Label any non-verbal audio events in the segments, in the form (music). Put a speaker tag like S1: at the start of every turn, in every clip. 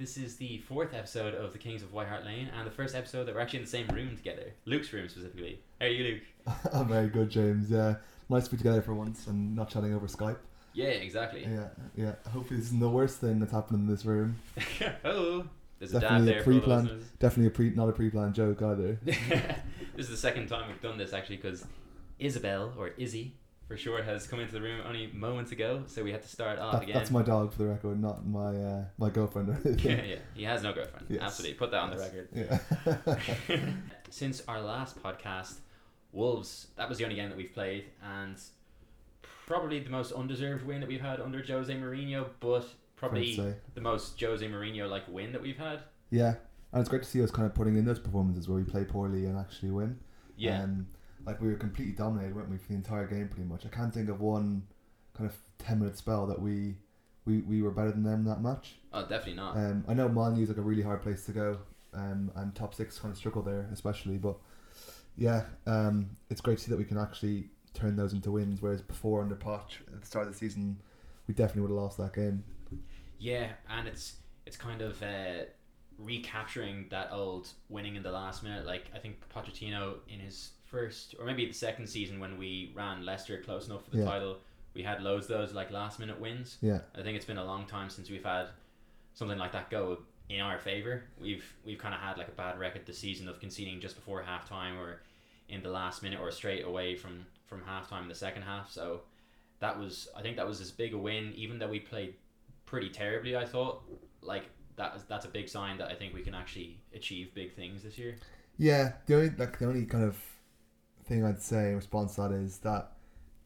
S1: This is the fourth episode of The Kings of White Hart Lane and the first episode that we're actually in the same room together. Luke's room specifically. How are you, Luke?
S2: (laughs) I'm Oh, very good, James. Yeah, nice to be together for once and not chatting over Skype.
S1: Yeah, exactly.
S2: Yeah, yeah. Hopefully, this isn't the worst thing that's happened in this room.
S1: (laughs) oh, there's a dad
S2: Definitely a
S1: there. for all the
S2: pre-planned-
S1: listeners.
S2: Definitely a pre, not a pre-planned joke either.
S1: (laughs) this is the second time we've done this actually because Isabel or Izzy for sure has come into the room only moments ago, so we had to start off
S2: That-
S1: again. (laughs)
S2: that's my dog, for the record, not my uh, my girlfriend or anything.
S1: yeah, yeah, he has no girlfriend.
S2: Yes.
S1: Absolutely, put that on the
S2: Yes.
S1: record. (laughs)
S2: (laughs) Yeah.
S1: Since our last podcast, Wolves that was the only game that we've played, and probably the most undeserved win that we've had under Jose Mourinho, but probably
S2: I'd say.
S1: the most Jose Mourinho like win that we've had.
S2: yeah, and it's great to see us kind of putting in those performances where we play poorly and actually win.
S1: Yeah,
S2: Um, like we were completely dominated, weren't we, for the entire game pretty much. I can't think of one kind of ten minute spell that we we, we were better than them that much.
S1: oh definitely not.
S2: Um, I know Man U's like a really hard place to go, um, and top six kind of struggle there, especially. But yeah, um, it's great to see that we can actually turn those into wins. Whereas before under Poch at the start of the season, we definitely would have lost that game.
S1: Yeah, and it's it's kind of uh, recapturing that old winning in the last minute. Like I think Pochettino in his first or maybe the second season when we ran Leicester close enough for the
S2: Yeah.
S1: title, we had loads of those like last minute wins.
S2: Yeah.
S1: I think it's been a long time since we've had something like that go in our favor. We've we've kind of had like a bad record this season of conceding just before halftime or in the last minute or straight away from from halftime in the second half. So that was I think that was as big a win, even though we played pretty terribly. I thought like that is- that's a big sign that I think we can actually achieve big things this year.
S2: Yeah, the only like the only kind of thing I'd say in response to that is that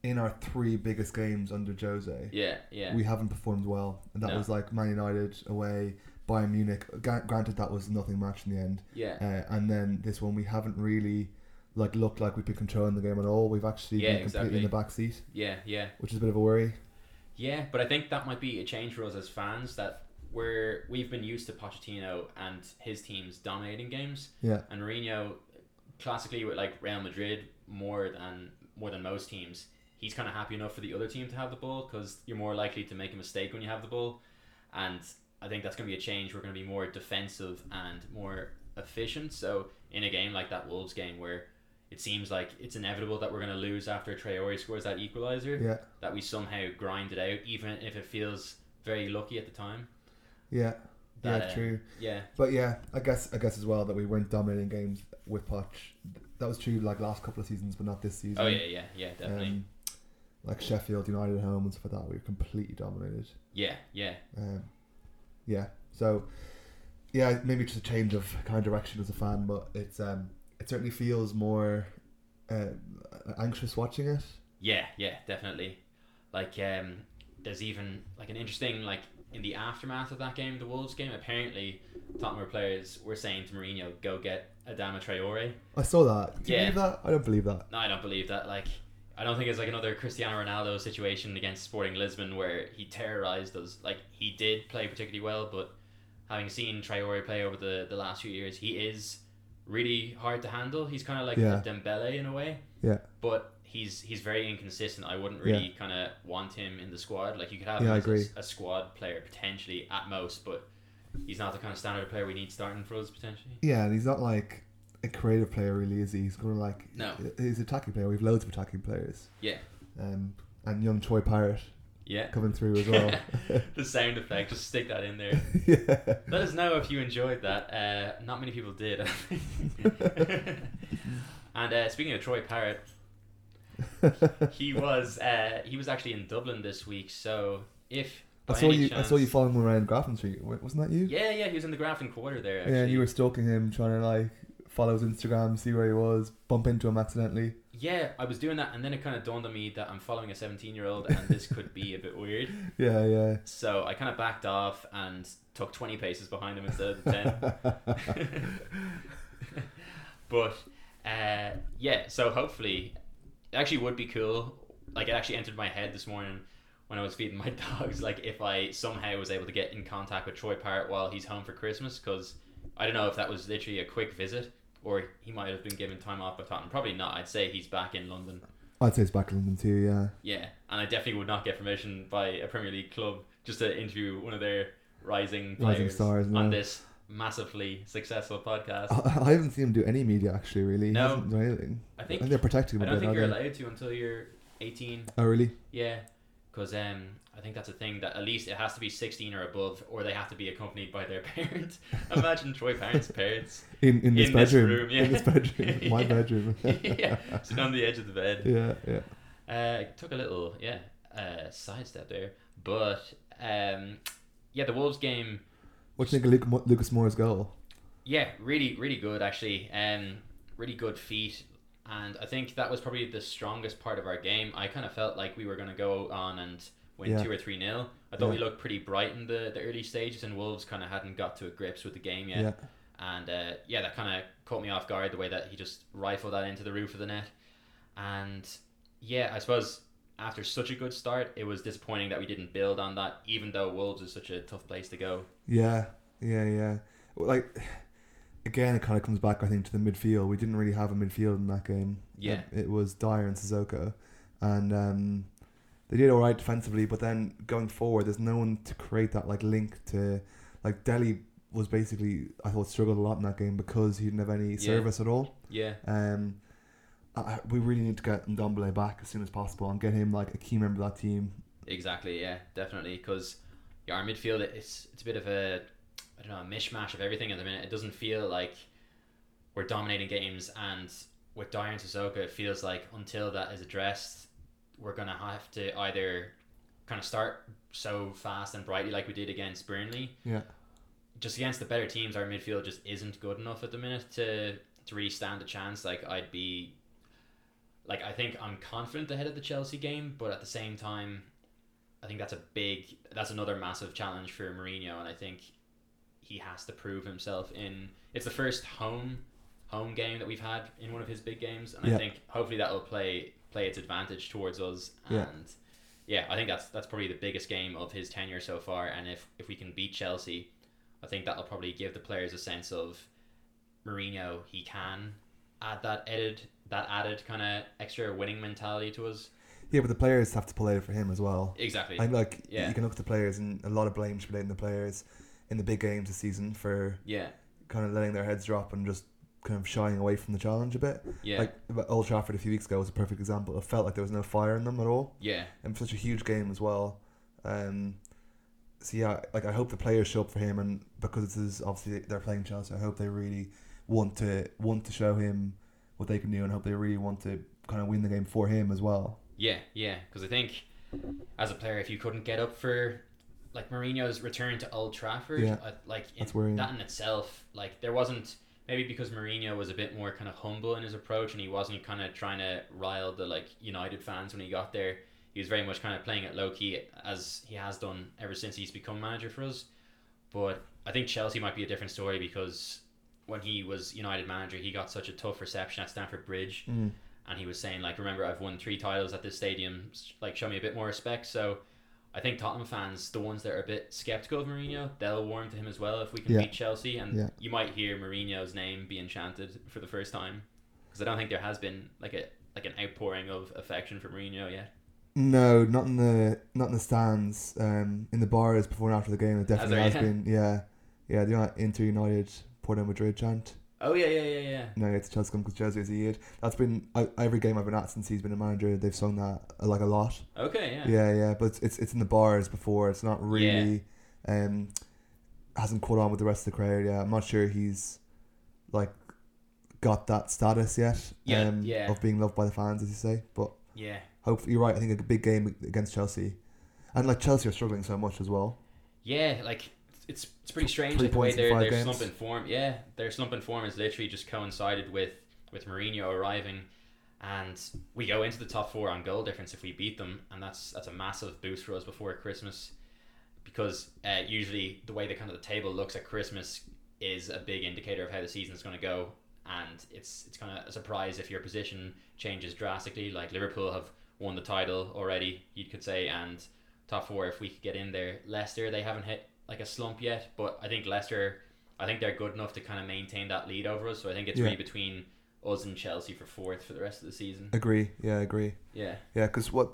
S2: in our three biggest games under Jose,
S1: Yeah, yeah,
S2: we haven't performed well, and that
S1: No.
S2: was like Man United away, Bayern Munich. Gra- Granted, that was nothing match in the end.
S1: yeah,
S2: uh, and then this one we haven't really like looked like we've been controlling the game at all. We've actually
S1: Yeah,
S2: been completely in the back seat,
S1: yeah, yeah.
S2: which is a bit of a worry.
S1: Yeah, but I think that might be a change for us as fans that we're we've been used to Pochettino and his teams dominating games.
S2: Yeah.
S1: And Mourinho, classically with like Real Madrid more than more than most teams, he's kind of happy enough for the other team to have the ball because you're more likely to make a mistake when you have the ball. And I think that's going to be a change. We're going to be more defensive and more efficient. So in a game like that Wolves game where it seems like it's inevitable that we're going to lose after Traore scores that equalizer
S2: Yeah,
S1: that we somehow grind it out, even if it feels very lucky at the time.
S2: yeah, yeah,
S1: That, uh,
S2: true.
S1: Yeah,
S2: But yeah, I guess I guess as well that we weren't dominating games with Poch. That was true like last couple of seasons, but not this season.
S1: Oh yeah, yeah, yeah, definitely.
S2: Um, like Sheffield United at home and stuff like that, we were completely dominated.
S1: yeah, yeah,
S2: Um, yeah. So, yeah, maybe just a change of kind of direction as a fan, but it's um, it certainly feels more uh, anxious watching it.
S1: yeah, yeah, definitely. Like, um, there's even like an interesting like in the aftermath of that game, the Wolves game. Apparently, Tottenham players were saying to Mourinho, "Go get Adama Traore."
S2: I saw that. Do you
S1: Yeah.
S2: believe that? I don't believe that.
S1: No, I don't believe that. Like, I don't think it's like another Cristiano Ronaldo situation against Sporting Lisbon where he terrorized us. Like, he did play particularly well, but having seen Traore play over the, the last few years, he is really hard to handle. He's kind of like
S2: Yeah.
S1: a Dembele in a way.
S2: Yeah.
S1: But he's he's very inconsistent. I wouldn't really kind of want him in the squad. Like, you could have
S2: Yeah,
S1: him
S2: I
S1: as a-
S2: agree.
S1: a squad player potentially at most, but he's not the kind of standard player we need starting for us potentially.
S2: Yeah, and he's not like a creative player, really, is he? He's kind of like
S1: No.
S2: He's an attacking player. We have loads of attacking players.
S1: Yeah.
S2: Um, and young Troy Pirate
S1: Yeah.
S2: coming through as well.
S1: (laughs)
S2: (laughs)
S1: the sound effect, just stick that in there.
S2: yeah.
S1: Let us know if you enjoyed that. Uh, not many people did.
S2: (laughs)
S1: and uh, speaking of Troy Parrott, he was uh, he was actually in Dublin this week. So if
S2: I
S1: by
S2: saw
S1: any
S2: you. I
S1: chance-
S2: saw you following him around Grafton Street. Wa- Wasn't that you?
S1: Yeah, yeah, he was in the Grafton Quarter there. Actually.
S2: Yeah, and you were stalking him, trying to like follow his Instagram, see where he was, bump into him accidentally.
S1: Yeah, I was doing that, and then it kind of dawned on me that I'm following a 17 year old, and this could be a bit weird.
S2: Yeah, yeah.
S1: So I kind of backed off and took 20 paces behind him instead of 10. but uh, yeah, so hopefully, it actually would be cool. Like it actually entered my head this morning when I was feeding my (laughs) dogs. Like if I somehow was able to get in contact with Troy Parrott while he's home for Christmas, because I don't know if that was literally a quick visit or he might have been given time off by Tottenham. Probably not. I'd say he's back in London.
S2: I'd say it's back in London too. Yeah,
S1: Yeah, and I definitely would not get permission by a Premier League club just to interview one of their rising players
S2: Rising stars, Oh,
S1: on
S2: no.
S1: this massively successful podcast.
S2: I, I haven't seen him do any media actually. Really, He
S1: No.
S2: hasn't done anything.
S1: I
S2: I think,
S1: think
S2: they're protecting him
S1: I
S2: a
S1: don't
S2: bit.
S1: think
S2: aren't
S1: you're
S2: they?
S1: allowed to until you're 18.
S2: Oh really?
S1: Yeah, because um, I think that's a thing that at least it has to be 16 or above, or they have to be accompanied by their (laughs) parents. Imagine Troy Parent's parents. (laughs)
S2: In in this
S1: In this
S2: bedroom.
S1: room, yeah.
S2: In
S1: (laughs)
S2: this bedroom. My
S1: Yeah.
S2: bedroom. (laughs)
S1: yeah, sitting on the edge of the bed.
S2: yeah, yeah.
S1: Uh, took a little yeah uh, sidestep there, but um, yeah, the Wolves game.
S2: What do you think of Luke, Mo- Lucas Moore's goal?
S1: Yeah, really, really good actually. Um, really good feet, and I think that was probably the strongest part of our game. I kind of felt like we were going to go on and win
S2: Yeah.
S1: two or three nil. I thought we
S2: Yeah.
S1: looked pretty bright in the, the early stages, and Wolves kind of hadn't got to a grips with the game yet.
S2: Yeah.
S1: And uh, yeah, that kind of caught me off guard the way that he just rifled that into the roof of the net. And yeah, I suppose after such a good start, it was disappointing that we didn't build on that, even though Wolves is such a tough place to go.
S2: Yeah, yeah, yeah. Well, Like again, it kind of comes back, I think, to the midfield. We didn't really have a midfield in that game.
S1: Yeah.
S2: it, it was Dyer and Sissoko, and um, they did all right defensively. But then going forward, there's no one to create that like link to. Like Delhi was basically, I thought, struggled a lot in that game because he didn't have any service at all.
S1: Yeah,
S2: Um, I, I- we really need to get Ndombele back as soon as possible and get him like a key member of that team.
S1: exactly. Yeah, definitely. Because yeah, our midfield, it's it's a bit of a I don't know a mishmash of everything at the minute. It doesn't feel like we're dominating games, and with Dyer and Sissoko, it feels like until that is addressed, we're gonna have to either kind of start so fast and brightly like we did against Burnley,
S2: Yeah.
S1: just against the better teams, our midfield just isn't good enough at the minute to to really stand a chance. Like I'd be, like I think I'm confident ahead of the Chelsea game, but at the same time, I think that's a big, that's another massive challenge for Mourinho, and I think he has to prove himself in. It's the first home home game that we've had in one of his big games, and I
S2: Yeah.
S1: think hopefully that'll play play its advantage towards us and.
S2: Yeah.
S1: Yeah, I think that's that's probably the biggest game of his tenure so far, and if, if we can beat Chelsea, I think that'll probably give the players a sense of Mourinho. He can add that added that added kind of extra winning mentality to us.
S2: Yeah, but the players have to play it for him as well.
S1: Exactly.
S2: And like
S1: Yeah.
S2: you can look at the players, and a lot of blame should be laid on the players in the big games this season for
S1: yeah.
S2: kind of letting their heads drop and just kind of shying away from the challenge a bit.
S1: Yeah.
S2: Like about Old Trafford a few weeks ago was a perfect example. It felt like there was no fire in them at all,
S1: yeah.
S2: and such a huge game as well. Um, so yeah, like I hope the players show up for him, and because it's his, obviously they're playing Chelsea, I hope they really want to want to show him what they can do, and hope they really want to kind of win the game for him as well.
S1: Yeah. Yeah. Because I think as a player, if you couldn't get up for like Mourinho's return to Old Trafford,
S2: Yeah.
S1: I, like in,
S2: That's worrying.
S1: that in itself, like there wasn't maybe because Mourinho was a bit more kind of humble in his approach and he wasn't kind of trying to rile the like United fans when he got there. He was very much kind of playing it low key as he has done ever since he's become manager for us. But I think Chelsea might be a different story because when he was United manager, he got such a tough reception at Stamford Bridge
S2: Mm.
S1: and he was saying like remember i've won three titles at this stadium s- like show me a bit more respect so i think tottenham fans the ones that are a bit skeptical of Mourinho they'll warm to him as well if we can
S2: Yeah.
S1: beat chelsea and
S2: Yeah.
S1: you might hear Mourinho's name being chanted for the first time because i don't think there has been like a like an outpouring of affection for Mourinho yet
S2: No, not in the not in the stands. Um, in the bars before and after the game, it
S1: Has
S2: definitely
S1: there,
S2: has
S1: yeah?
S2: been. Yeah, yeah. The Uni- Inter United Porto Madrid chant.
S1: oh yeah yeah yeah yeah
S2: No, it's Chelsea because Chelsea is a That's been I, every game I've been at since he's been a manager. They've sung that uh, like a lot.
S1: okay yeah
S2: Yeah, yeah. But it's it's, it's in the bars before. It's not really. Um, hasn't caught on with the rest of the crowd. Yeah, I'm not sure he's like got that status yet.
S1: Yeah,
S2: um,
S1: yeah.
S2: Of being loved by the fans, as you say, but.
S1: yeah
S2: Hopefully, you're right. I think a big game against Chelsea, and like Chelsea are struggling so much as well.
S1: Yeah, like it's it's pretty strange
S2: Three
S1: like, the way
S2: points in
S1: their
S2: five
S1: their
S2: games.
S1: slump in form. Yeah, their slump in form has literally just coincided with with Mourinho arriving, and we go into the top four on goal difference if we beat them, and that's that's a massive boost for us before Christmas, because uh, usually the way the kind of the table looks at Christmas is a big indicator of how the season's going to go, and it's it's kind of a surprise if your position changes drastically. Like Liverpool have won the title already, you could say, and top four if we could get in there. Leicester, they haven't hit like a slump yet, but I think Leicester, I think they're good enough to kind of maintain that lead over us. So I think it's
S2: Yeah.
S1: really between us and Chelsea for fourth for the rest of the season.
S2: Agree? Yeah, agree.
S1: Yeah,
S2: Yeah, because what,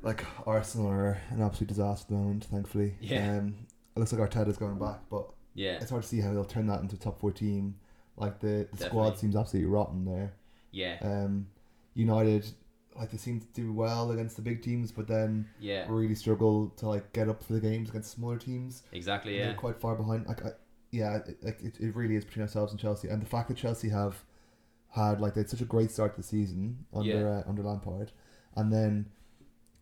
S2: like Arsenal are an absolute disaster at the moment. Thankfully,
S1: Yeah.
S2: Um, it looks like Arteta's going back, but
S1: Yeah,
S2: it's hard to see how they'll turn that into a top four team. Like the, the squad
S1: Definitely.
S2: seems absolutely rotten there.
S1: yeah,
S2: Um, United, like they seem to do well against the big teams, but then
S1: yeah.
S2: really struggle to like get up for the games against smaller teams.
S1: Exactly.
S2: They're
S1: Yeah.
S2: quite far behind. Like, I, yeah, it, like it, it really is between ourselves and Chelsea, and the fact that Chelsea have had like they had such a great start to the season under uh, under Lampard, and then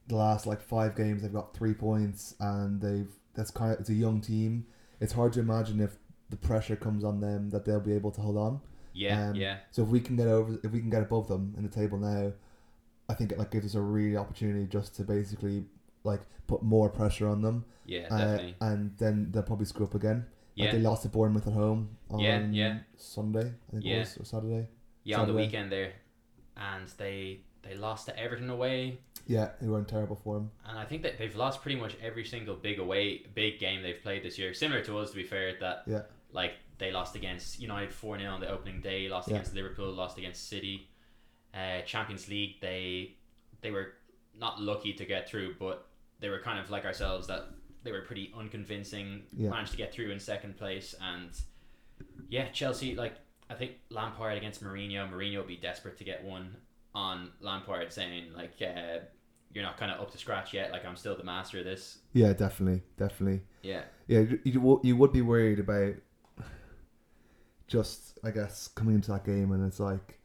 S2: the last like five games they've got three points, and they've that's kind of it's a young team. It's hard to imagine if the pressure comes on them that they'll be able to hold on.
S1: Yeah.
S2: Um,
S1: yeah.
S2: So if we can get over, if we can get above them in the table now, I think it like gives us a really opportunity just to basically like put more pressure on them,
S1: Yeah.
S2: uh,
S1: Definitely.
S2: and then they'll probably screw up again. Like
S1: yeah.
S2: they lost to Bournemouth at home on
S1: Yeah, yeah.
S2: Sunday, I think
S1: Yeah.
S2: it was, or Saturday.
S1: yeah. On the
S2: Sunday.
S1: weekend there, and they they lost to Everton away,
S2: Yeah, they were in terrible form.
S1: and I think that they've lost pretty much every single big away big game they've played this year. Similar to us, to be fair. That
S2: Yeah.
S1: Like they lost against United four 0 on the opening day. Lost
S2: Yeah.
S1: against Liverpool. Lost against City. Uh, Champions League. They they were not lucky to get through, but they were kind of like ourselves that they were pretty unconvincing.
S2: Yeah.
S1: Managed to get through in second place, and yeah, Chelsea. Like I think Lampard against Mourinho. Mourinho would be desperate to get one on Lampard, saying like, uh, "You're not kind of up to scratch yet. Like I'm still the master of this."
S2: Yeah, definitely, definitely.
S1: Yeah,
S2: Yeah, you, you, wo- you would be worried about just I guess coming into that game and it's like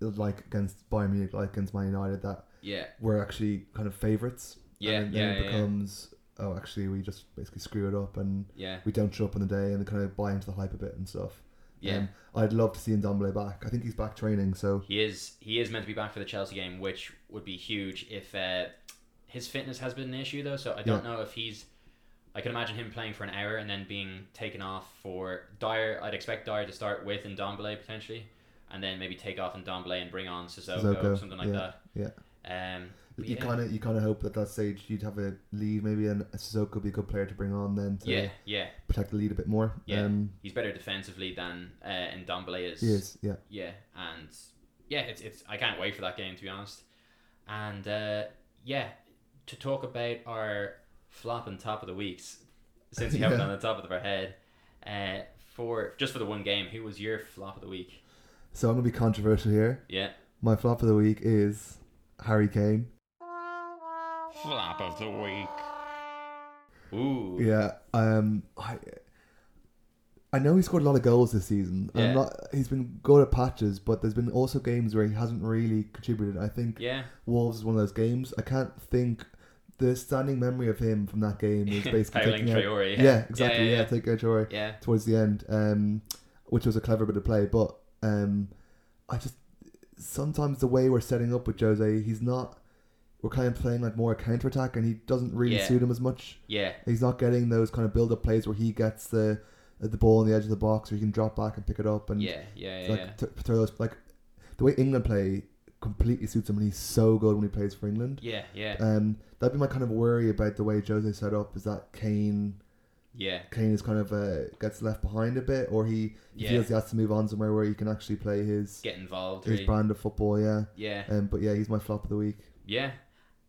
S2: like against Bayern Munich, like against Man United, that
S1: yeah,
S2: we're actually kind of favourites.
S1: Yeah,
S2: and then
S1: yeah,
S2: it
S1: yeah, yeah.
S2: becomes oh, actually we just basically screw it up and
S1: yeah,
S2: we don't show up on the day and they kind of buy into the hype a bit and stuff.
S1: yeah.
S2: Um, I'd love to see Ndombele back. I think he's back training, so
S1: He is he is meant to be back for the Chelsea game, which would be huge if uh, his fitness has been an issue though. So I don't know if he's. I can imagine him playing for an hour and then being taken off for Dyer. I'd expect Dyer to start with and Dombele potentially, and then maybe take off and Dombele and bring on Sissoko,
S2: Sissoko,
S1: something like
S2: yeah,
S1: that. Yeah. Um. but
S2: you
S1: yeah.
S2: kind of you kind of hope that that stage you'd have a lead maybe, and Sissoko would be a good player to bring on then to
S1: Yeah, yeah.
S2: protect the lead a bit more.
S1: Yeah.
S2: um,
S1: He's better defensively than uh, and Dombele is.
S2: he is. Yeah,
S1: Yeah, and yeah, it's it's I can't wait for that game to be honest. And uh, yeah, to talk about our flop and top of the weeks, since we have it
S2: Yeah.
S1: on the top of our head, uh, for just for the one game, who was your flop of the week?
S2: so I'm gonna be controversial here.
S1: Yeah,
S2: My flop of the week is Harry Kane.
S3: Flop of the week.
S1: ooh,
S2: Yeah, um, I I know he scored a lot of goals this season.
S1: Yeah.
S2: I'm not, he's been good at patches, but there's been also games where he hasn't really contributed. I think
S1: yeah,
S2: Wolves is one of those games. I can't think. The standing memory of him from that game
S1: (laughs)
S2: is basically
S1: Howling
S2: taking out,
S1: Traore.
S2: yeah. exactly, yeah,
S1: yeah,
S2: take out Traore
S1: yeah,
S2: towards the end, um, which was a clever bit of play. But um, I just sometimes the way we're setting up with Jose, he's not. We're kind of playing like more counter attack, and he doesn't really
S1: Yeah.
S2: suit him as much.
S1: yeah,
S2: He's not getting those kind of build up plays where he gets the the ball on the edge of the box, or he can drop back and pick it up, and
S1: yeah, yeah, yeah,
S2: like
S1: yeah.
S2: th- throw those like the way England play completely suits him, and he's so good when he plays for England.
S1: Yeah, yeah,
S2: Um, that'd be my kind of worry about the way Jose set up is that Kane
S1: yeah,
S2: Kane is kind of uh, gets left behind a bit, or he, he
S1: Yeah.
S2: feels he has to move on somewhere where he can actually play his
S1: get involved,
S2: his
S1: really.
S2: brand of football. Yeah,
S1: yeah,
S2: um, but yeah, he's my flop of the week.
S1: yeah,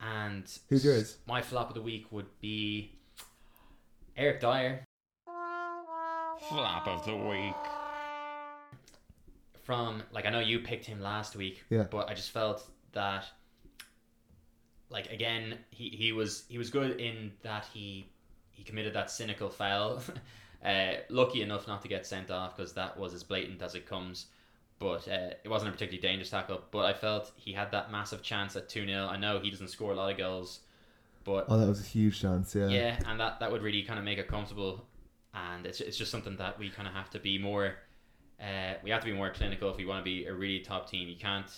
S1: and
S2: Who's yours?
S1: My flop of the week would be Eric Dyer.
S3: Flop of the week.
S1: from like I know you picked him last week,
S2: Yeah.
S1: but I just felt that like again he, he was he was good in that he he committed that cynical foul. (laughs) uh, lucky enough not to get sent off because that was as blatant as it comes. But uh, it wasn't a particularly dangerous tackle. But I felt he had that massive chance at 2 0. I know he doesn't score a lot of goals, but
S2: Oh, that was a huge chance. Yeah,
S1: yeah, and that, that would really kind of make it comfortable, and it's it's just something that we kind of have to be more. Uh, we have to be more clinical if we want to be a really top team. You can't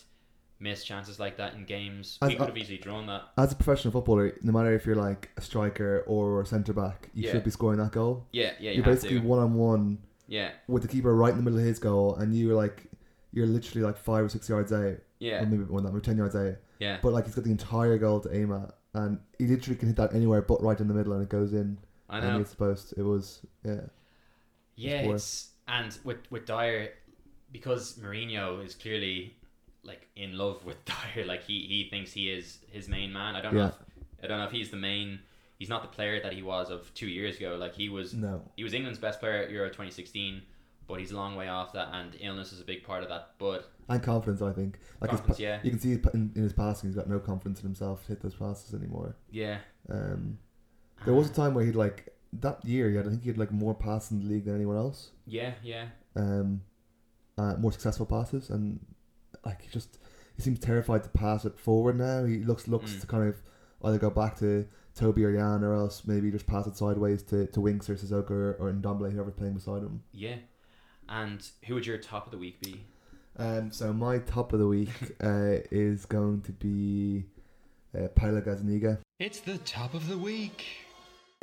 S1: miss chances like that in games.
S2: As-
S1: we could have easily drawn that.
S2: As a professional footballer, no matter if you're like a striker or a centre back, you
S1: Yeah.
S2: should be scoring that goal.
S1: Yeah, yeah, you
S2: you're
S1: have
S2: basically
S1: to.
S2: one on one
S1: Yeah,
S2: with the keeper right in the middle of his goal, and you're like, you're literally like five or six yards out, or
S1: yeah,
S2: maybe more than that, maybe ten yards out.
S1: yeah,
S2: But like, he's got the entire goal to aim at, and he literally can hit that anywhere but right in the middle, and it goes in.
S1: I
S2: And
S1: know.
S2: it's supposed. It was yeah.
S1: Yeah,
S2: poor.
S1: it's and with with Dyer, because Mourinho is clearly like in (laughs) love with Dyer. Like he he thinks he is his main man. I don't know.
S2: Yeah.
S1: If, I don't know if he's the main he's not the player that he was of two years ago. Like he was
S2: No.
S1: he was England's best player at Euro 2016, but he's a long way off that, and illness is a big part of that. But
S2: And confidence, I think. Like his
S1: Confidence,
S2: pa-
S1: yeah.
S2: You can see his pa- in, in his passing, he's got no confidence in himself to hit those passes anymore.
S1: yeah,
S2: Um, there was a time where he'd like that year. He had, I think he had like more passes in the league than anyone else.
S1: yeah, yeah,
S2: Um, uh, more successful passes, and like he just he seems terrified to pass it forward now. He looks looks
S1: Mm.
S2: to kind of either go back to Toby or Jan, or else maybe just pass it sideways to to Winks or Sissoko or, or Ndombele, whoever's playing beside him.
S1: yeah. And who would your top of the week be?
S2: Um, so my top of the week (laughs) uh, is going to be uh, Paolo Gazaniga.
S3: It's the top of the week.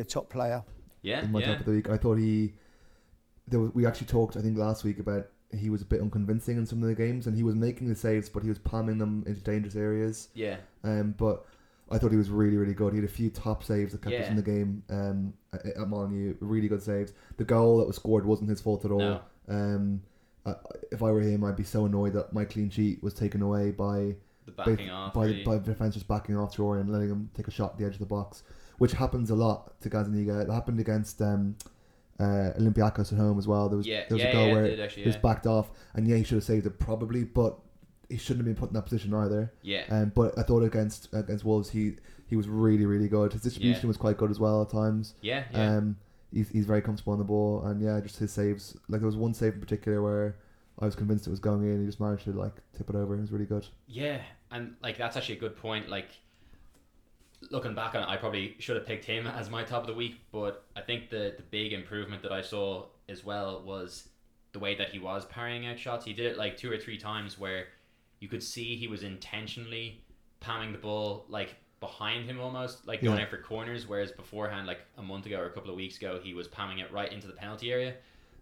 S4: a top player.
S1: Yeah,
S2: in my
S1: yeah,
S2: top of the week. I thought he, there was, we actually talked I think last week about he was a bit unconvincing in some of the games, and he was making the saves, but he was palming them into dangerous areas.
S1: yeah,
S2: Um, but I thought he was really really good. He had a few top saves that kept us
S1: Yeah.
S2: in the game. Um, at, at Molyneux, really good saves. The goal that was scored wasn't his fault at all.
S1: No.
S2: Um, I, if I were him, I'd be so annoyed that my clean sheet was taken away by
S1: the
S2: by-
S1: backing off.
S2: by,
S1: really.
S2: by the defense just backing off Rory and letting him take a shot at the edge of the box, which happens a lot to Gazaniga. It happened against um, uh, Olympiacos at home as well. There was
S1: yeah,
S2: there was
S1: yeah,
S2: a goal
S1: yeah,
S2: where
S1: it did actually,
S2: he was
S1: yeah.
S2: backed off, and yeah, he should have saved it probably, but he shouldn't have been put in that position either.
S1: yeah,
S2: Um, but I thought against against Wolves, he he was really really good. His distribution
S1: Yeah.
S2: was quite good as well at times.
S1: yeah, yeah,
S2: Um, he's he's very comfortable on the ball, and yeah, just his saves. Like there was one save in particular where. I was convinced it was going in. He just managed to like tip it over. It was really good.
S1: yeah. And like that's actually a good point. Like looking back on it, I probably should have picked him (laughs) as my top of the week, but I think the the big improvement that I saw as well was the way that he was parrying out shots. He did it like two or three times where you could see he was intentionally palming the ball like behind him almost, like going
S2: Yeah.
S1: out for corners, whereas beforehand, like a month ago or a couple of weeks ago, he was palming it right into the penalty area.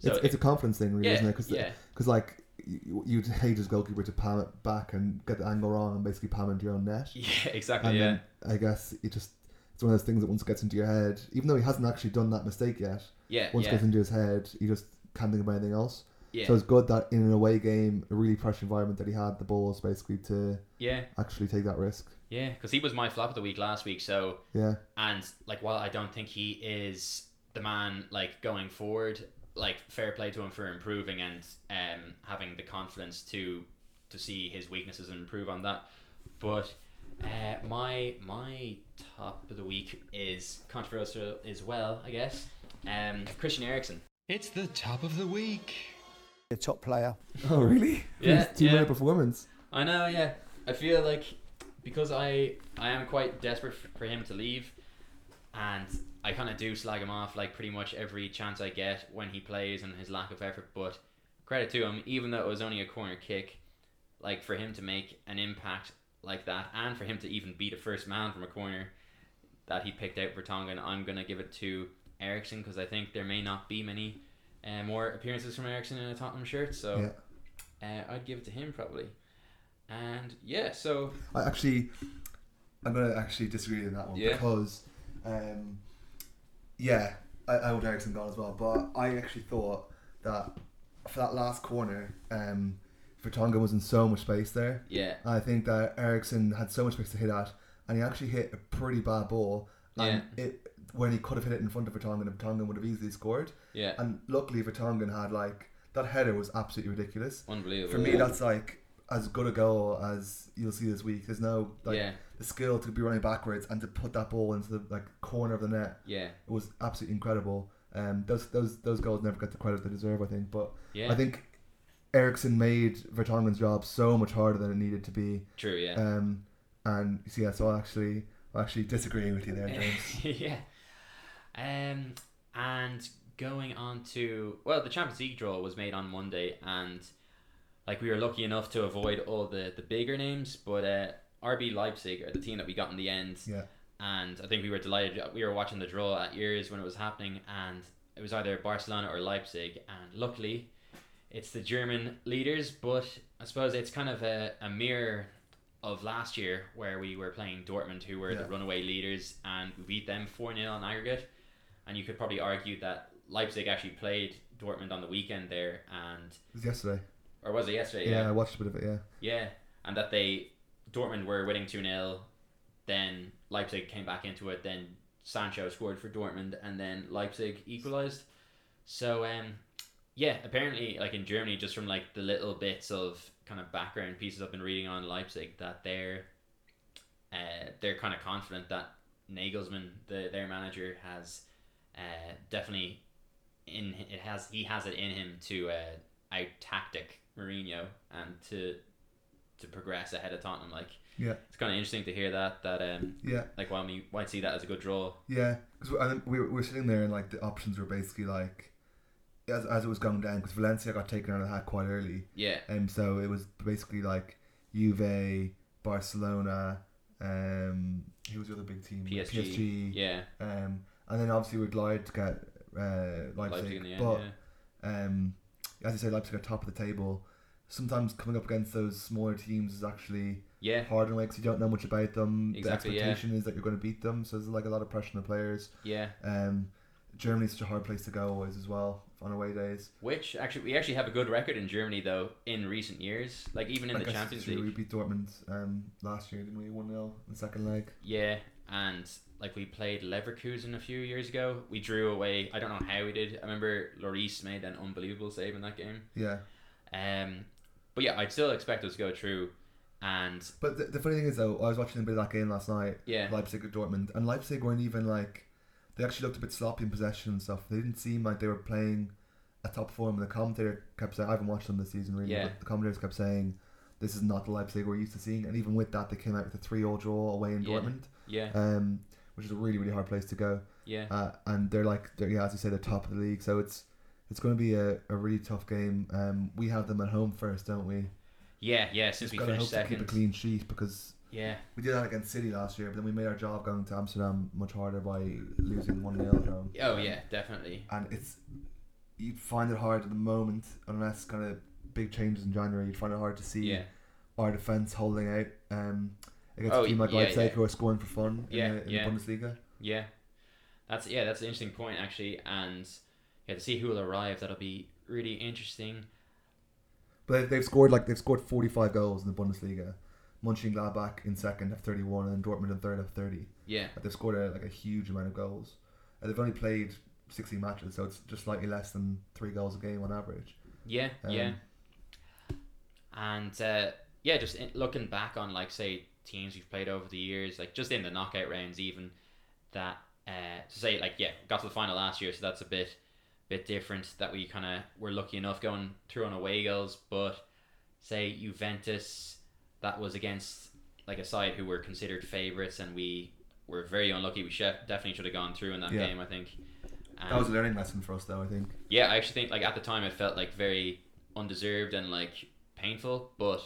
S1: So
S2: it's, it's a confidence thing, really,
S1: Yeah,
S2: isn't it? Because
S1: yeah.
S2: like you, you'd hate as goalkeeper to palm it back and get the angle wrong and basically palm into your own net.
S1: yeah, (laughs) exactly.
S2: And
S1: yeah.
S2: then I guess it just it's one of those things that once it gets into your head, even though he hasn't actually done that mistake yet,
S1: yeah.
S2: once
S1: Uh, yeah.
S2: it gets into his head, you just can't think about anything else.
S1: yeah.
S2: So it's good that in an away game, a really pressure environment, that he had the balls basically to
S1: yeah.
S2: actually take that risk.
S1: Yeah, because he was my flop of the week last week. So,
S2: Yeah,
S1: and like, while I don't think he is the man, like going forward, like fair play to him for improving and um having the confidence to to see his weaknesses and improve on that. But uh, my my top of the week is controversial as well, I guess. Um, Christian Eriksen.
S3: It's the top of the week.
S4: A top player.
S2: Oh, really? (laughs)
S1: Yeah,
S2: two
S1: yeah.
S2: minute performance.
S1: I know, yeah. I feel like because I I am quite desperate f- for him to leave, and I kind of do slag him off like pretty much every chance I get when he plays and his lack of effort. But credit to him, even though it was only a corner kick, like for him to make an impact like that, and for him to even beat a first man from a corner that he picked out for Tongan, I'm gonna give it to Ericsson because I think there may not be many uh, more appearances from Ericsson in a Tottenham shirt. So.
S2: Yeah.
S1: Uh, I'd give it to him probably. And yeah, so
S2: I actually, I'm gonna actually disagree on that one
S1: Yeah.
S2: because, um, yeah, I, I would Ericsson gone as well. But I actually thought that for that last corner, um, Vertonghen was in so much space there.
S1: yeah,
S2: I think that Ericsson had so much space to hit at, and he actually hit a pretty bad ball. And it when he could have hit it in front of Vertonghen, Vertonghen would have easily scored.
S1: yeah,
S2: And luckily, Vertonghen had like that header was absolutely ridiculous.
S1: unbelievable.
S2: For me, that's like as good a goal as you'll see this week. There's no like
S1: Yeah.
S2: the skill to be running backwards and to put that ball into the like corner of the net.
S1: yeah,
S2: It was absolutely incredible. Um, those those those goals never get the credit they deserve. I think, but
S1: yeah,
S2: I think Ericsson made Vertonghen's job so much harder than it needed to be.
S1: true, yeah,
S2: Um, and so yeah, so I actually I actually disagreeing with you
S1: (laughs)
S2: there, James.
S1: yeah. Um, and going on to well, the Champions League draw was made on Monday, and like we were lucky enough to avoid all the the bigger names, but uh, RB Leipzig are the team that we got in the end.
S2: yeah,
S1: and I think we were delighted. We were watching the draw at years when it was happening, and it was either Barcelona or Leipzig. And luckily, it's the German leaders, but I suppose it's kind of a, a mirror of last year where we were playing Dortmund, who were the
S2: Yeah.
S1: runaway leaders, and we beat them 4 0 on aggregate. And you could probably argue that Leipzig actually played Dortmund on the weekend there, and
S2: it was yesterday.
S1: or was it yesterday?
S2: Yeah. I watched a bit of it. Yeah,
S1: Yeah, and that they Dortmund were winning 2 0, then Leipzig came back into it, then Sancho scored for Dortmund, and then Leipzig equalized. So um, yeah, apparently, like in Germany, just from like the little bits of kind of background pieces I've been reading on Leipzig, that they're uh, they're kind of confident that Nagelsmann, the, their manager, has uh, definitely in it has he has it in him to uh, out tactic Mourinho and to to progress ahead of Tottenham. Like
S2: Yeah.
S1: it's kind of interesting to hear that that um
S2: Yeah,
S1: like while we might see that as a good draw.
S2: yeah. Because I think we were, we were sitting there and like the options were basically like, as, as it was going down, because Valencia got taken out of the hat quite early.
S1: Yeah,
S2: And so it was basically like Juve, Barcelona, um, who was the other big team?
S1: PSG.
S2: PSG.
S1: yeah,
S2: Um, and then obviously we'd lied to get uh, Leipzig.
S1: Leipzig in the end.
S2: but
S1: yeah.
S2: um, as I say, Leipzig are top of the table. Sometimes coming up against those smaller teams is actually
S1: Yeah,
S2: hard in a way 'cause you don't know much about them.
S1: Exactly,
S2: the
S1: yeah.
S2: expectation is that you're going to beat them, so there's like a lot of pressure on the players.
S1: yeah.
S2: Um, Germany's such a hard place to go always as well on away days.
S1: Which actually, we actually have a good record in Germany though in recent years. Like even in
S2: I
S1: the
S2: guess it's
S1: Champions
S2: true,
S1: League.
S2: We beat Dortmund um, last year, didn't we? 1 0 in the second leg.
S1: Yeah, and like we played Leverkusen a few years ago. We drew away. I don't know how we did. I remember Lloris made an unbelievable save in that game.
S2: Yeah.
S1: Um, but yeah, I'd still expect us to go through. And
S2: But the, the funny thing is, though, I was watching a bit of that game last night,
S1: yeah,
S2: Leipzig at Dortmund, and Leipzig weren't even like they actually looked a bit sloppy in possession and stuff. They didn't seem like they were playing a top form. And the commentator kept saying, I haven't watched them this season really,
S1: Yeah.
S2: but the commentators kept saying this is not the Leipzig we're used to seeing. And even with that, they came out with a three-all draw away in
S1: Yeah.
S2: Dortmund,
S1: yeah,
S2: um, which is a really really hard place to go.
S1: yeah,
S2: Uh, and they're like, they're, yeah, as you say, they're top of the league, so it's it's going to be a, a really tough game. Um, we have them at home first, don't we?
S1: yeah, yeah. Since
S2: Just
S1: we
S2: got to
S1: finished
S2: hope to keep a
S1: second,
S2: clean sheet because
S1: yeah,
S2: we did that against City last year, but then we made our job going to Amsterdam much harder by losing 1 0 at home.
S1: oh yeah, definitely.
S2: And it's, you'd find it hard at the moment, unless kind of big changes in January, you'd find it hard to see
S1: Yeah,
S2: our defence holding out um, against
S1: Oh,
S2: a team like
S1: yeah,
S2: Leipzig
S1: yeah.
S2: who are scoring for fun in,
S1: Yeah,
S2: the, in
S1: yeah.
S2: the Bundesliga.
S1: yeah. That's yeah, that's an interesting point actually, and yeah, to see who will arrive, that'll be really interesting.
S2: But they- they've scored like they've scored 45 goals in the Bundesliga. Mönchengladbach in second have 31, and then Dortmund in third have 30.
S1: Yeah,
S2: Like, they've scored a, like a huge amount of goals. And they've only played 60 matches, so it's just slightly less than three goals a game on average.
S1: yeah,
S2: Um,
S1: yeah. and uh, yeah, just in, looking back on like say teams we've played over the years, like just in the knockout rounds, even that uh, to say like yeah, got to the final last year, so that's a bit bit different that we kind of were lucky enough going through on away goals, but say Juventus that was against like a side who were considered favourites, and we were very unlucky. We chef definitely should have gone through in that
S2: Yeah.
S1: game, I think.
S2: That was a
S1: And-
S2: learning lesson for us, though. I think.
S1: yeah, I actually think like at the time it felt like very undeserved and like painful, but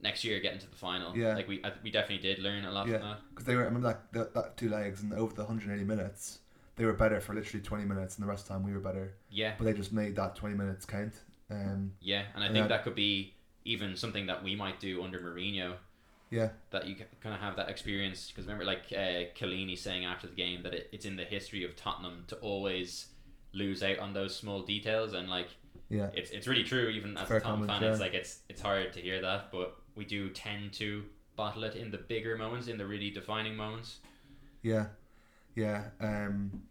S1: next year getting to the final,
S2: Yeah.
S1: like we I, we definitely did learn a lot from
S2: Yeah,
S1: that.
S2: because they were. I remember like that, that two legs and over the 180 minutes, they were better for literally 20 minutes, and the rest of the time we were better.
S1: Yeah,
S2: But they just made that 20 minutes count. Um,
S1: yeah, and I
S2: And
S1: think
S2: that-
S1: that could be even something that we might do under Mourinho.
S2: yeah,
S1: That you kind of have that experience because remember, like uh, Chiellini saying after the game that it, it's in the history of Tottenham to always lose out on those small details, and like
S2: yeah,
S1: it's it's really true. Even as
S2: Fair
S1: a Tottenham
S2: comment,
S1: fan,
S2: yeah.
S1: it's like it's it's hard to hear that, but we do tend to bottle it in the bigger moments, in the really defining moments.
S2: yeah, yeah. Um,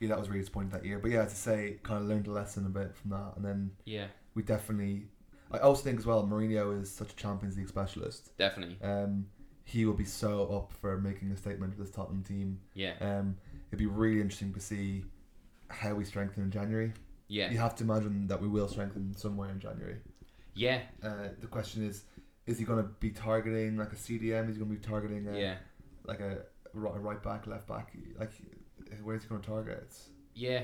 S2: yeah, that was really disappointing that year. But yeah, as I say, kind of learned a lesson a bit from that, and then
S1: Yeah,
S2: we definitely. I also think as well, Mourinho is such a Champions League specialist.
S1: definitely.
S2: Um, he will be so up for making a statement with this Tottenham team.
S1: Yeah,
S2: Um, it'd be really interesting to see how we strengthen in January.
S1: yeah,
S2: You have to imagine that we will strengthen somewhere in January.
S1: yeah,
S2: Uh, the question is, is he going to be targeting like a CDM? Is he going to be targeting um,
S1: yeah,
S2: a,
S1: yeah.
S2: like a, ri- a right back, left back? Like, where's he going to target? It's-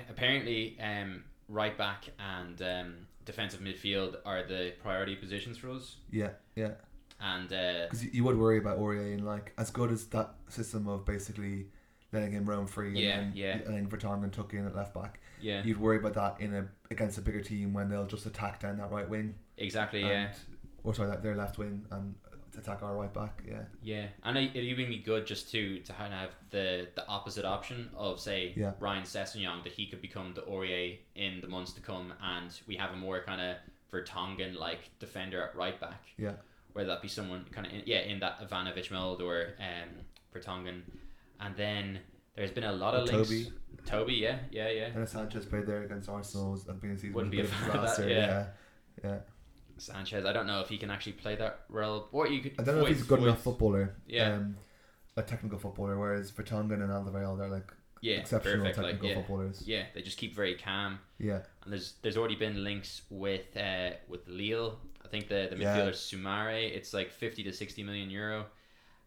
S1: Apparently, um, right back and um, defensive midfield are the priority positions for us,
S2: Yeah, yeah.
S1: and uh,
S2: Because you, you would worry about Aurier and like as good as that system of basically letting him roam free
S1: Yeah,
S2: and then
S1: yeah.
S2: letting Vertonghen tuck in at left back.
S1: yeah,
S2: You'd worry about that in a against a bigger team when they'll just attack down that right wing.
S1: exactly. Yeah,
S2: and- or sorry, that their left wing and attack our right back. Yeah,
S1: yeah. And it it would be good just to to kind of have the the opposite option of say
S2: Yeah.
S1: Ryan Sessegnon that he could become the Aurier in the months to come, and we have a more kind of Vertonghen like defender at right back.
S2: yeah,
S1: whether that be someone kind of in, yeah in that Ivanovic mold or um, Vertonghen, and then There's been a lot of links.
S2: Toby.
S1: Toby, yeah, yeah, yeah.
S2: Ennis Sanchez played there against Arsenal at the beginning of the season.
S1: Wouldn't
S2: was
S1: be a
S2: bit of
S1: fan of that, yeah.
S2: yeah, yeah.
S1: Sanchez. I don't know if he can actually play that role. Or you could.
S2: I don't know if
S1: Foyth-
S2: he's a good enough
S1: Foyth-
S2: footballer.
S1: Yeah.
S2: Um, a technical footballer, whereas Vertonghen and Alderweireld are like
S1: Yeah,
S2: exceptional
S1: perfect. Like,
S2: technical
S1: yeah.
S2: footballers. Yeah.
S1: yeah, they just keep very calm. And there's there's already been links with uh, with Lille. I think the the
S2: Yeah.
S1: midfielder Sumare. It's like fifty to sixty million euro,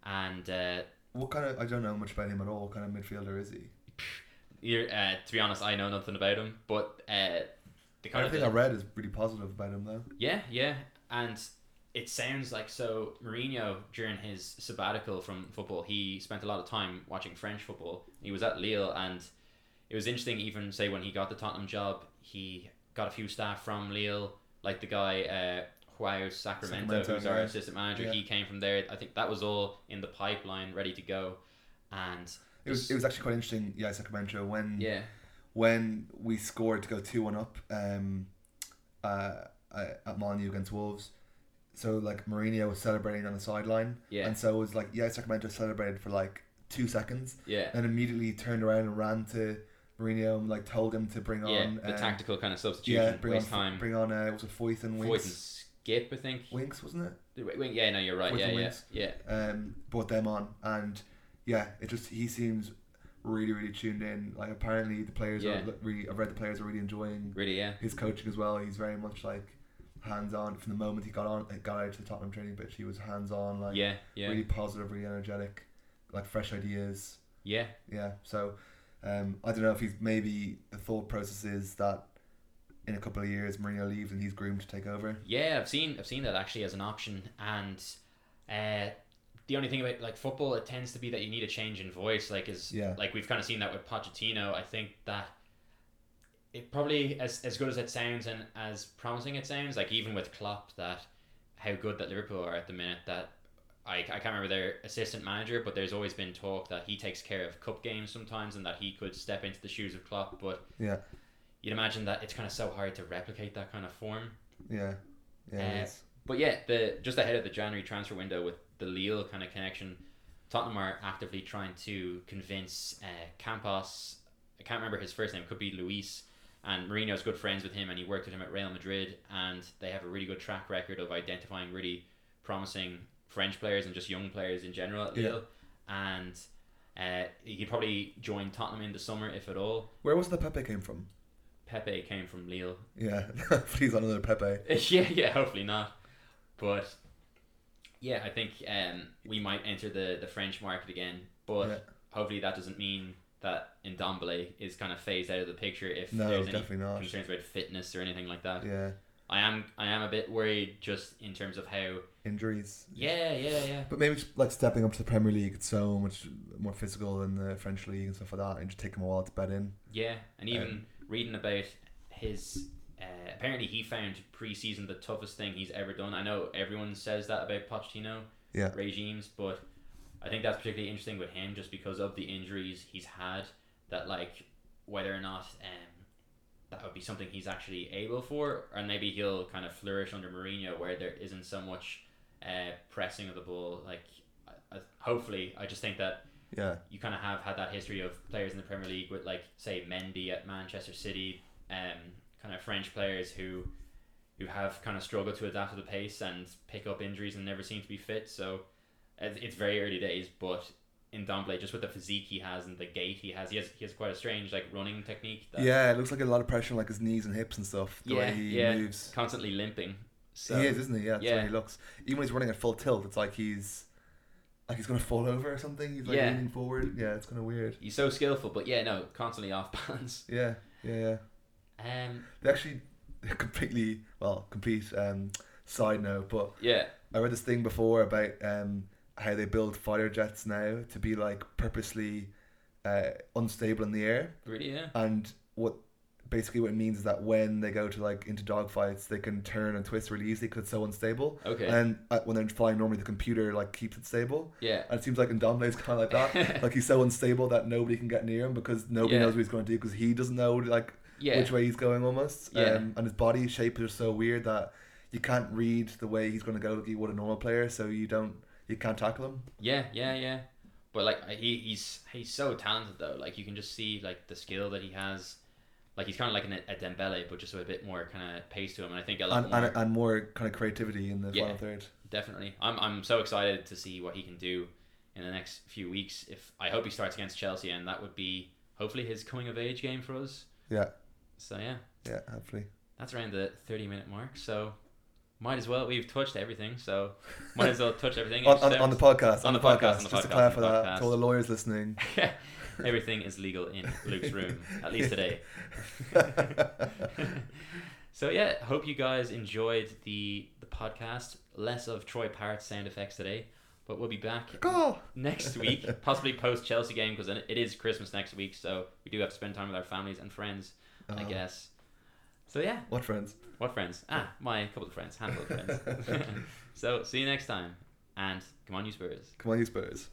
S1: and uh,
S2: What kind of? I don't know much about him at all. What kind of midfielder is he?
S1: you're, uh, to be honest, I know nothing about him. But uh, the kind of
S2: Everything
S1: the-
S2: I read is really positive about him though.
S1: yeah, yeah, and it sounds like so Mourinho during his sabbatical from football, he spent a lot of time watching French football. He was at Lille, and it was interesting. Even say when he got the Tottenham job, he got a few staff from Lille, like the guy. Uh, Joao Sacramento,
S2: Sacramento,
S1: who's our
S2: yeah.
S1: assistant manager,
S2: Yeah.
S1: he came from there. I think that was all in the pipeline, ready to go, and
S2: It was, it was actually quite interesting. Yeah, Sacramento when
S1: yeah,
S2: when we scored to go two one up um, uh, uh, at Molyneux against Wolves. So like Mourinho was celebrating on the sideline,
S1: Yeah.
S2: and so it was like yeah, Sacramento celebrated for like two seconds,
S1: yeah,
S2: and immediately turned around and ran to Mourinho and like told him to bring
S1: yeah,
S2: on
S1: the
S2: um,
S1: tactical kind of substitution,
S2: yeah, bring on
S1: waste time,
S2: bring on uh, was it Foyth and
S1: Foyth and
S2: Winks,
S1: skip, I think.
S2: Winks wasn't it?
S1: Wait, wait, yeah, no, you're right.
S2: With
S1: Yeah,
S2: the
S1: yeah,
S2: wings.
S1: yeah,
S2: um, brought them on, and yeah, it just he seems really really tuned in. Like apparently the players
S1: Yeah.
S2: are li- really. I've read the players are really enjoying
S1: really, yeah,
S2: his coaching as well. He's very much like hands on from the moment he got on got out to the Tottenham training pitch. He was hands on, like
S1: yeah, yeah,
S2: really positive, really energetic, like fresh ideas.
S1: yeah,
S2: Yeah, so um, I don't know if he's maybe the thought process is that in a couple of years Mourinho leaves and he's groomed to take over.
S1: yeah. I've seen, I've seen that actually as an option, and uh, the only thing about like football, it tends to be that you need a change in voice. Like, is
S2: Yeah.
S1: like we've kind of seen that with Pochettino. I think that it probably as as good as it sounds and as promising it sounds, like even with Klopp, that how good that Liverpool are at the minute. That I I can't remember their assistant manager, but there's always been talk that he takes care of cup games sometimes, and that he could step into the shoes of Klopp, but.
S2: Yeah,
S1: you'd imagine that it's kind of so hard to replicate that kind of form.
S2: yeah, yeah.
S1: Uh,
S2: it is.
S1: But yeah, the just ahead of the January transfer window with the Lille kind of connection, Tottenham are actively trying to convince uh, Campos. I can't remember his first name. Could be Luis. And Mourinho's good friends with him, and he worked with him at Real Madrid. And they have a really good track record of identifying really promising French players and just young players in general at
S2: Yeah.
S1: Lille. And uh, he could probably join Tottenham in the summer if at all.
S2: Where was the Pepe came from?
S1: Pepe came from Lille.
S2: Yeah, (laughs) please on another Pepe.
S1: (laughs) yeah, yeah, hopefully not. But yeah, I think um, we might enter the, the French market again. But
S2: Yeah.
S1: hopefully that doesn't mean that Ndombele is kind of phased out of the picture if
S2: No,
S1: there's any
S2: definitely not.
S1: concerns about fitness or anything like that.
S2: Yeah,
S1: I am I am a bit worried just in terms of how
S2: injuries.
S1: Yeah, yeah, yeah.
S2: But maybe just like stepping up to the Premier League, it's so much more physical than the French league and stuff like that, and just take them a while to bed in.
S1: Yeah, and even
S2: Um,
S1: reading about his. Uh, apparently, he found preseason the toughest thing he's ever done. I know everyone says that about Pochettino
S2: Yeah.
S1: regimes, but I think that's particularly interesting with him just because of the injuries he's had. That, like, whether or not um, that would be something he's actually able for, or maybe he'll kind of flourish under Mourinho where there isn't so much uh, pressing of the ball. Like, I, I, hopefully, I just think that
S2: Yeah,
S1: you kind of have had that history of players in the Premier League with like say Mendy at Manchester City, um, kind of French players who who have kind of struggled to adapt to the pace and pick up injuries and never seem to be fit. So it- it's very early days, but in Domblay, just with the physique he has and the gait he has, he has he has quite a strange like running technique. That
S2: yeah. It looks like a lot of pressure on like his knees and hips and stuff. The
S1: yeah,
S2: way he
S1: yeah,
S2: moves.
S1: constantly limping. So
S2: he is, isn't he? Yeah, that's the way
S1: yeah.
S2: he looks. Even when he's running at full tilt, it's like he's like he's gonna fall over or something. He's like
S1: Yeah.
S2: leaning forward. Yeah, it's kind of weird.
S1: he's so skillful, but yeah, no, constantly off (laughs) balance.
S2: Yeah, yeah, yeah.
S1: Um,
S2: They actually (laughs) completely well, complete um, side note, but
S1: yeah,
S2: I read this thing before about um, how they build fighter jets now to be like purposely uh, unstable in the air,
S1: really, yeah,
S2: and what basically what it means is that when they go to like into dogfights, they can turn and twist really easily because it's so unstable.
S1: okay,
S2: And uh, when they're flying normally, the computer like keeps it stable.
S1: yeah,
S2: And it seems like (laughs) Indomine's kind
S1: (laughs)
S2: of like that. like he's so unstable that nobody can get near him because nobody
S1: Yeah.
S2: knows what he's going to do because he doesn't know like
S1: yeah,
S2: which way he's going almost.
S1: Yeah.
S2: Um, and his body shape is so weird that you can't read the way he's going to go like you would a normal player, so you don't you can't tackle him.
S1: Yeah, yeah, yeah. But like I- he, he's he's so talented though. Like you can just see like the skill that he has. Like he's kind of like an, a Dembele, but just with a bit more kind of pace to him. And I think a lot
S2: and, uh,
S1: more,
S2: and, and more kind of creativity in the
S1: Yeah.
S2: final third.
S1: definitely. I'm I'm so excited to see what he can do in the next few weeks. If I hope he starts against Chelsea, and that would be hopefully his coming of age game for us.
S2: Yeah,
S1: So yeah,
S2: yeah, hopefully.
S1: that's around the 30 minute mark. So might as well we've touched everything. So might as well touch everything.
S2: (laughs) On, on, on the podcast.
S1: On the podcast, on the
S2: Just to
S1: podcast, on
S2: clarify
S1: the
S2: that
S1: podcast.
S2: to all the lawyers listening.
S1: (laughs) Everything is legal in Luke's room, at least today. so yeah, hope you guys enjoyed the the podcast. Less of Troy Parrott's sound effects today, but we'll be back
S2: Go!
S1: next week, possibly post Chelsea game because it is Christmas next week, so we do have to spend time with our families and friends, I
S2: Oh.
S1: guess. So yeah,
S2: What friends?
S1: what friends? Ah, my couple of friends, (laughs) handful of friends. so see you next time, and come on, you Spurs.
S2: Come on, you Spurs.